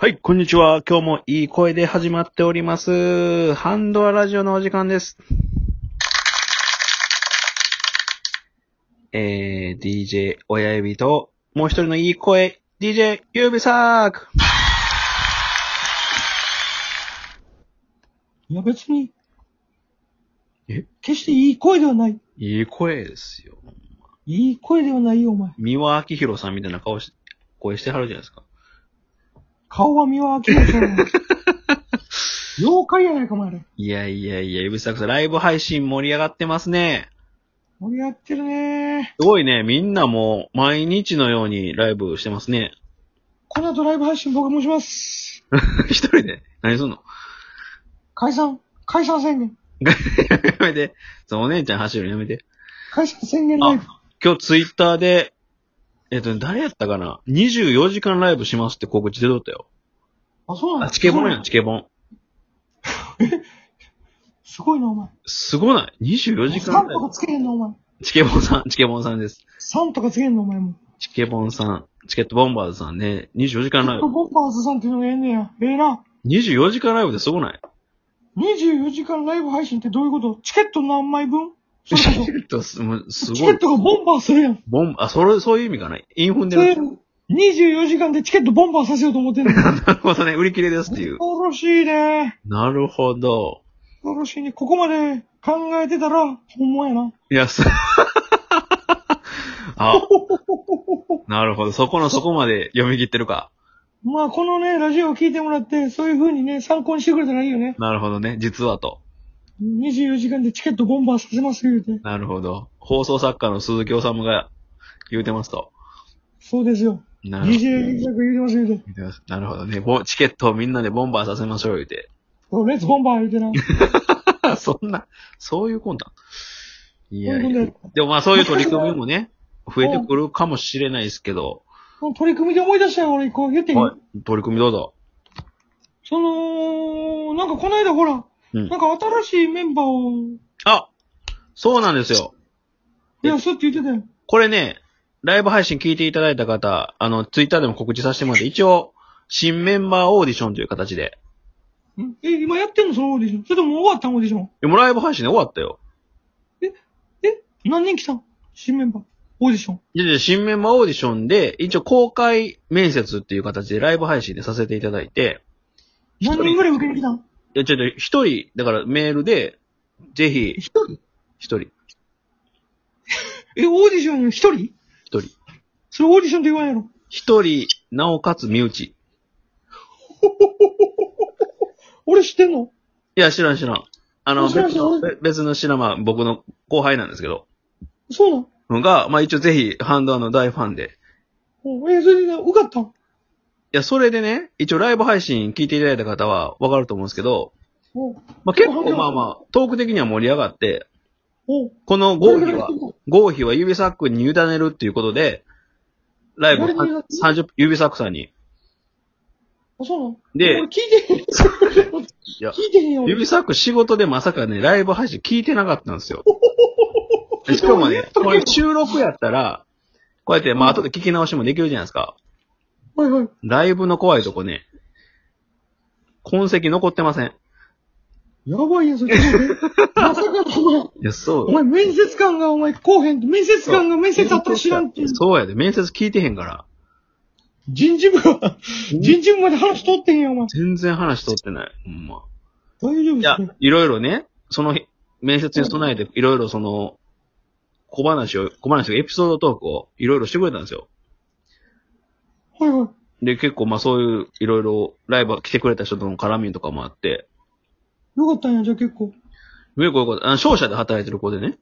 はい、こんにちは。今日もいい声で始まっております。ハンドアラジオのお時間です。えー、DJ 親指と、もう一人のいい声、DJ 指サーク。いや別に。え決していい声ではない。いい声ですよ。いい声ではないよ、お前。三輪明宏さんみたいな顔し、声してはるじゃないですか。顔は見は明らかに。 妖怪やないか、お前あれ。いやいやいや、指サークさん、ライブ配信盛り上がってますね。盛り上がってるねすごいね、みんなもう、毎日のようにライブしてます ね。この後ライブ配信僕もします。一人で何すんの解散。解散宣言。 やめて。そのお姉ちゃん走るのやめて。解散宣言ライブ。今日ツイッターで、えっと、誰やったかな ?24 時間ライブしますって告知出とったよ。あ、そうなのあ、チケボンやん、そうなのチケボン。すごいな、お前。すごない ?24 時間3ライとかつけへんの、お前。ブ。チケボンさん、チケボンさんです。 3とかつけへんの、お前も。チケボンさん、チケットボンバーズさんね、24時ボ間ライブ。ンバーズさんっていうのがええねや。ええな。 24時間ライブですごない24時間ライブ配信ってどういうことチケット何枚分それチこケそ。ット す、もうすチケごッい。トがボンバーするやん。ボン、あ、それ、そういう意味かな。インフンでる。 24時間でチケットボンバーさせようと思ってんの。恐なるほどね、売り切れですっていう。ろしいね。なるほど。恐ろしいね。ここまで考えてたら、ほんまやな。いや、す、 あ、なるほど。そこのそこまで読み切ってるか。 まあ、このね、ラジオを聞いてもらって、そういう風にね、参考にしてくれたらいいよね。なるほどね。実はと。 24時間でチケットボンバーさせますよ、言うて。なるほど。放送作家の鈴木治が言うてますと。そうですよ。なるほど。 24時間言うてますよ、言うて。言うてますなるほどね。ぼチケットをみんなでボンバーさせましょう言うて。 おレッツボンバー言うてな。そんな、そういう魂胆。いやほいんや。ででもまあそういう取り組みもね、増えてくるかもしれないですけど、この取り組みで思い出したよ、俺、こう言っていい、はい。取り組みどうぞ。その、なんかこの間ほら、うんなんか新しいメンバーを、あそうなんですよ。増やすって言ってたよ。これね、ライブ配信聞いていただいた方、あの、ツイッターでも告知させてもらって、一応、新メンバーオーディションという形で。んえ、今やってんのそのオーディション。それとももう終わったんオーディション。でもライブ配信で終わったよ。え何人来たん新メンバー。オーディション。いやいや新メンバーオーディションで、一応公開面接っていう形でライブ配信でさせていただいて、一人何人ぐらい受けに来たんいや、ちょっと一人、だからメールで、ぜひ、一人一人、え、オーディションの一人一人、それオーディションって言わんやろ。一人、なおかつ身内。い俺知ってんのや、知らん知らん。あの、知らん別知らのん、べ別の知らんまあ僕の後輩なんですけど、そうなんのが、まあ一応ぜひ、ハンドアの大ファンで。お。え、それで受かったんいや、それでね、一応ライブ配信聞いていただいた方はわかると思うんですけど、おまあ結構まあまあ、トーク的には盛り上がって、おこのど合れぐ否らいは来、てんの合否は指サックに委ねるっていうことで、ライブ誰に委ねる30分、指サックさんに。あ、そうなんで俺聞いてへん。 いや聞いてへんよ。俺指サック仕事でまさかね、ライブ配信聞いてなかったんですよ。でしかもね、これ収録やったら、こうやって、まあ後で聞き直しもできるじゃないですか。はいはい。ライブの怖いとこね、痕跡残ってません。やばいやん、それ。 まさかのお前、いや、そお前面接官がお前こうへん。面接官が面接あったら知らんっていう。そうやで、面接聞いてへんから。人事部は、人事部まで話通ってへんよ、お前。全然話通ってない。ほんま。大丈夫いやそれ、いろいろね、その日面接に備えて、いろいろその、小話を、小話というかエピソードトークをいろいろしてくれたんですよ。はいはい。で、結構まあそういう、いろいろライブ来てくれた人との絡みとかもあって、よかったんや、じゃあ結構。上子よかったあの、商社で働いてる子でね。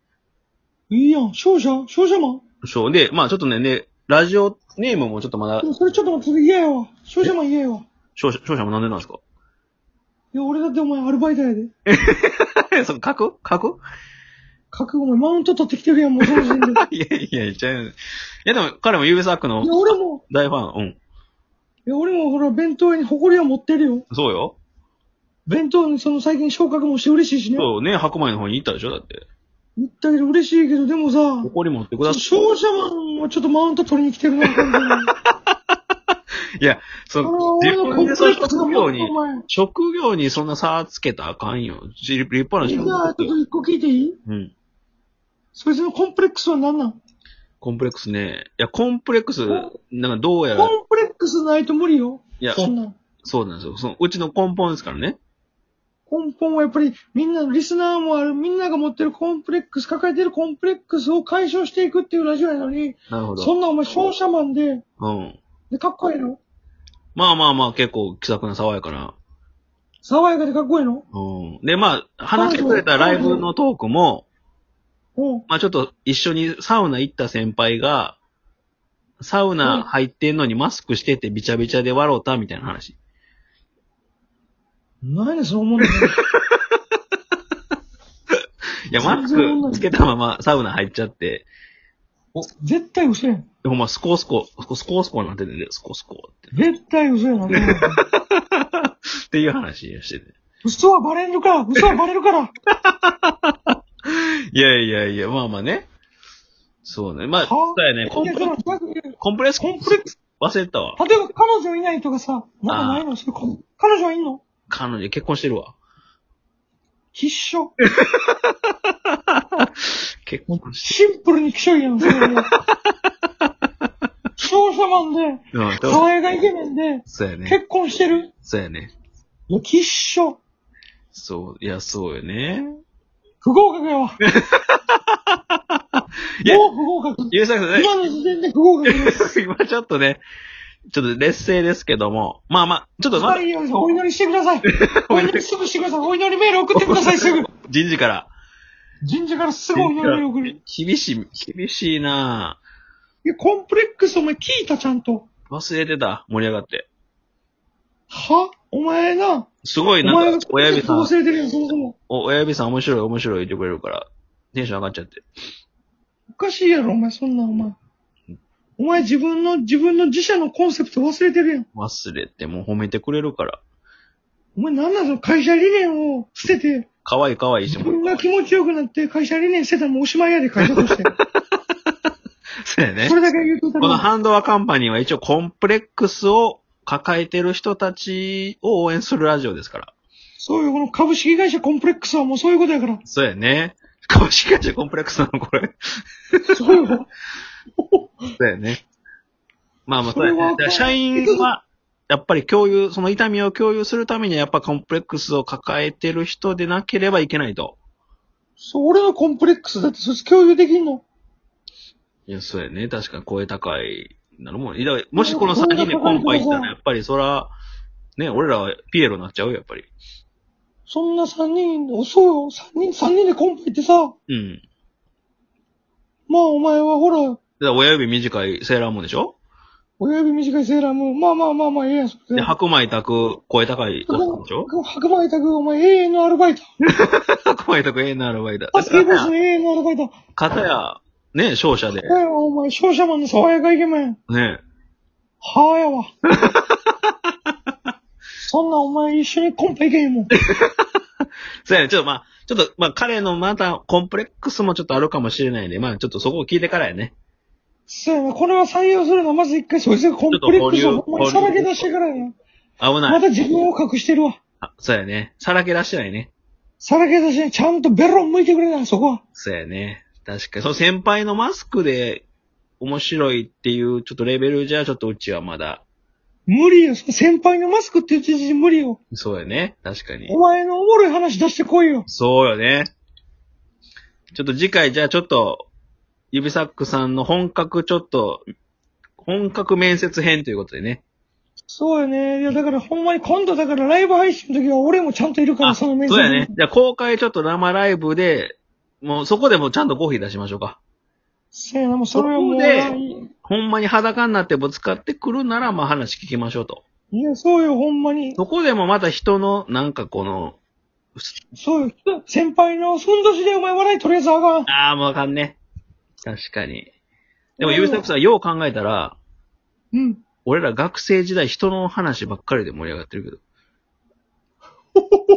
いいやん、勝者勝者マンそう。で、まあちょっとね、ね、ラジオネームもちょっとまだで、もそれちょっと待って、それ嫌やわ。勝者マン嫌やわ。商社、商社もなんでなんですかいや、俺だってお前アルバイトやで。 その、書く書く覚悟お前マウント取ってきてるやん、もうその時点で。い いやいや、言っちゃう。いやでも、彼も u サックのや、俺も、大ファン。うん。いや、俺もほら、弁当屋に誇りは持ってるよ。そうよ。弁当にその最近昇格もして嬉しいしね。そうね、白米の方に行ったでしょだって。言ったけど嬉しいけど、でもさ、ここに持ってください。勝者マンはちょっとマウント取りに来てるな、完全に そあのの、自俺のコ分ンでプそレのックスの職も業にお、前。職業にそんな差つけたらあかんよ。じ立派なじ職ゃあ、ちょっ業。と一個聞いていいうん。そいつのコンプレックスは何なんコンプレックスね。いや、コンプレックスコ、なんかどうやコら、ンプレックスないと無理よ。いや、そんなん。そうなんですよ。そのうちの根本ですからね。根本はやっぱりみんなのリスナーもある、みんなが持ってるコンプレックス、抱えてるコンプレックスを解消していくっていうラジオやのに、なるほそど。んなお前商社マンで、うん。で、かっこいいのまあまあまあ、結構気さくな爽やかな。爽やかでかっこいいのうん。で、まあ、話してくれたライブのトークも、うん。まあちょっと一緒にサウナ行った先輩が、サウナ入ってんのにマスクしててびちゃびちゃで笑うたみたいな話。何でそう思うの いや、マスクつけたままサウナ入っちゃって、絶対嘘やん。ほんま、スコースコ、スコスコースコになっててね、スコスコって。絶対嘘やな。そん なのっていう話をしてて。嘘はバレるから嘘はバレるからいやいやいや、まあまあね。そうね。まあ、はそうやね。コンいやプそレのコンプレックスコンプレックス。忘れたわ。例えば彼女いないとかさ、なんかないのそれこ彼女はいんの彼女結婚してるわ。必勝。結婚しシンプルに気象いやん、そ れは。商社マンてる。うん、で、そう爽やかイケメンで、そうやね。結婚してる。そうやね。もう必勝。そう、いや、そうよね。不合格やわ。いやもう不合格。ゆうさくさん、今の時点で不合格です。今ちょっとね、ちょっと劣勢ですけども、まあまあ、ちょっとまはだい、お祈りしてください。お祈りすぐしてください。お祈りメール送ってくだ さい、すぐ。人事から、神社からすぐお祈りメール送る。い厳しい、厳しいなや、コンプレックスお前聞いた、ちゃんと。ぁ忘れてた、盛り上がって。はお前な、すごい、おな前んがか、親指さん忘、れてるよ、そもそも。お親指さん面白い、面白い言ってくれるから、テンション上がっちゃって。おかしいやろ、お前、そんなん、お前。お前自分の、自分の自社のコンセプト忘れてるやん。忘れて、もう褒めてくれるから。お前なんなんその会社理念を捨てて、可愛い可愛いし自も分が気持ちよくなって会社理念捨てたらもうおしまいやで、会社として。 そうやねそ。れだけ言うとったこのら、ハンドアカンパニーは一応コンプレックスを抱えてる人たちを応援するラジオですから。そういうこの株式会社コンプレックスはもうそういうこと やから。そうやね。株式会社コンプレックスなのこれ。そういうこと。そうやね。まあまあ、そそうれやはね。だから社員は、やっぱり共有、その痛みを共有するためにはやっぱコンプレックスを抱えてる人でなければいけないと。そう、俺のコンプレックスだってそいつ共有できんの。いや、そうやね。確かに声高いなのもん。だからもしこの3人でコンパ行ったら、やっぱりそら、ね、俺らはピエロになっちゃうよ、やっぱり。そんな三人、おそうよ、三人、三人でコンパ行ってさ、うん。まあお前はほら、だから親指短いセーラーもんでしょ親指短いセーラーも、まあまあまあまあ、ええやん、それで、で。白米炊く、声高いおっさんでしょ白米炊く、お前永遠のアルバイト。白米炊く永遠のアルバイト。バスケーボスの永遠のアルバイト。片や、ね、商社で、ええわお前、商社マンの爽やかイケメン。ね、はあやわ。 そんなお前一緒にコンパ行けへんもん。そうやね、ちょっとまあ、ちょっとまあ彼のまたコンプレックスもちょっとあるかもしれないんで、まあちょっとそこを聞いてからやね。そうやな、これは採用するのはまず一回そいつがコンプレックスをほんまにさらけ出してからやな。危なまい。た自分を隠してるわ。あそうやね。さらけ出してないね。さらけ出して、ちゃんとベロン向いてくれな、そこは。そうやね。確かに。その先輩のマスクで面白いっていうちょっとレベルじゃちょっとうちはまだ。無理よ。先輩のマスクって言ってる時無理よ。そうやね。確かにお。前のおもろい話出してこいよ。そうよね。ちょっと次回じゃあちょっと、指サックさんの本格ちょっと、本格面接編ということでね。そうやね。いや、だからほんまに今度だからライブ配信の時は俺もちゃんといるから、あ、そそのう面接やね。じゃあ公開ちょっと生ライブで、もうそこでもうちゃんとコーヒー出しましょうか。せやな、もうそれはも。そうこでいほんまに裸になってぶつかってくるなら、まあ話聞きましょうと。や、そうよ、ほんまに。そこでもまた人の、なんかこの、そうよ。先輩のふんどしでお前笑いとりあえずあかん。ああ、もうあかんね。確かに。でも、うんゆうさくさん、よう考えたら、うん。 俺ら学生時代人の話ばっかりで盛り上がってるけど。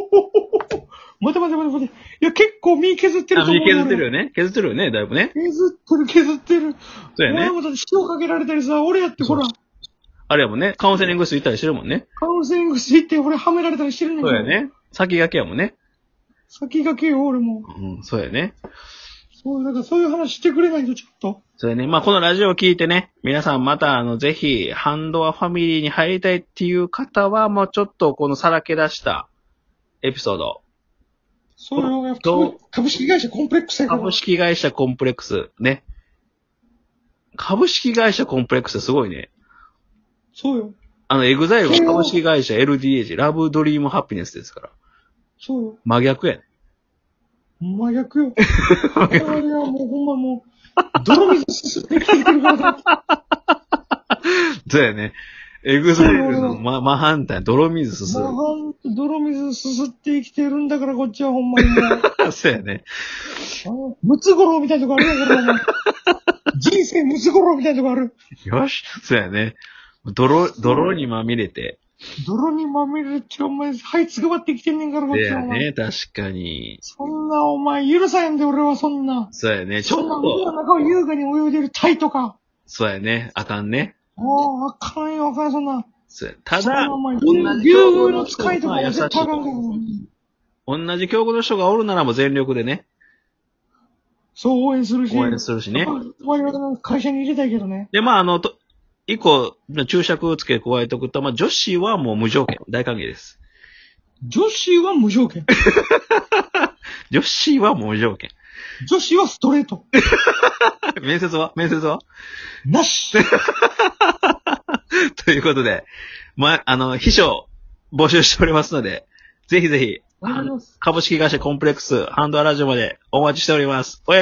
待て待て待て待て。いや、結構身削ってるあ、と思う。削ってる。よね。削ってるよね、だいぶね。削ってる、削ってる。そうやねお前もだって塩かけられたりさ、俺やってほら、あれやもんね、カウンセリング室行ったりしてるもんね。カウンセリング室行って俺はめられたりしてるねんそうや。ね。先駆けやもんね。先駆けよ、俺も。うん、そうやね。そう、だからそういう話してくれないとちょっと。そうやね。まあ、このラジオを聞いてね、皆さんまた、あの、ぜひ、ハンドアファミリーに入りたいっていう方は、もうちょっと、このさらけ出したエピソード。そういうのがどう株株式会社コンプレック スやから株。式会社コンプレックス、ね。株式会社コンプレックスすごいね。そうよ。あの、エグザイルは株式会社 LDH、ラブドリームハピネスですから。そうよ。真逆 やね。真逆よ。 我々はもうほんまもう、泥水進んできてるからだ。そうやね。エグザイルの真真反対、泥水すすまあ、ほんと泥水すすって生きてるんだから、こっちはほんまにもう。る。そうやね。あムツゴロウみたいなとこあるやん、これお前。人生ムツゴロウみたいなとこあ る。よし。そうやね。泥、泥にまみれて。泥にまみれて、お前、はいつくばってきてんねんから、こっそうちはやお前。ね、確かに。そんな、お前、許さへんで、俺はそんな。そうやね、ちそょんっな、海と、の中を優雅に泳いでるタイとか。そうやね、あかんね。もう、あかんよ、あかんよ、そんな。そうやたそんだ、なお前、同竜じ境宮遇のの使い人とかがは優し絶対あかんい。から。同じ境遇の人がおるならもう全力でね、そう、応援するし。応援するしね。我々の会社に入れたいけどね。で、まあ、あの、と、以降、注釈を付け加えておくと、まあ、女子はもう無条件、大歓迎です。女子は無条件。女子はもう無条件。 女子はストレート。面接は面接は なし。ということで、まあ、あの、秘書、募集しておりますので、ぜひぜひ、ありがとうございます株式会社コンプレックス、ハンドアラジオまでお待ちしております。おや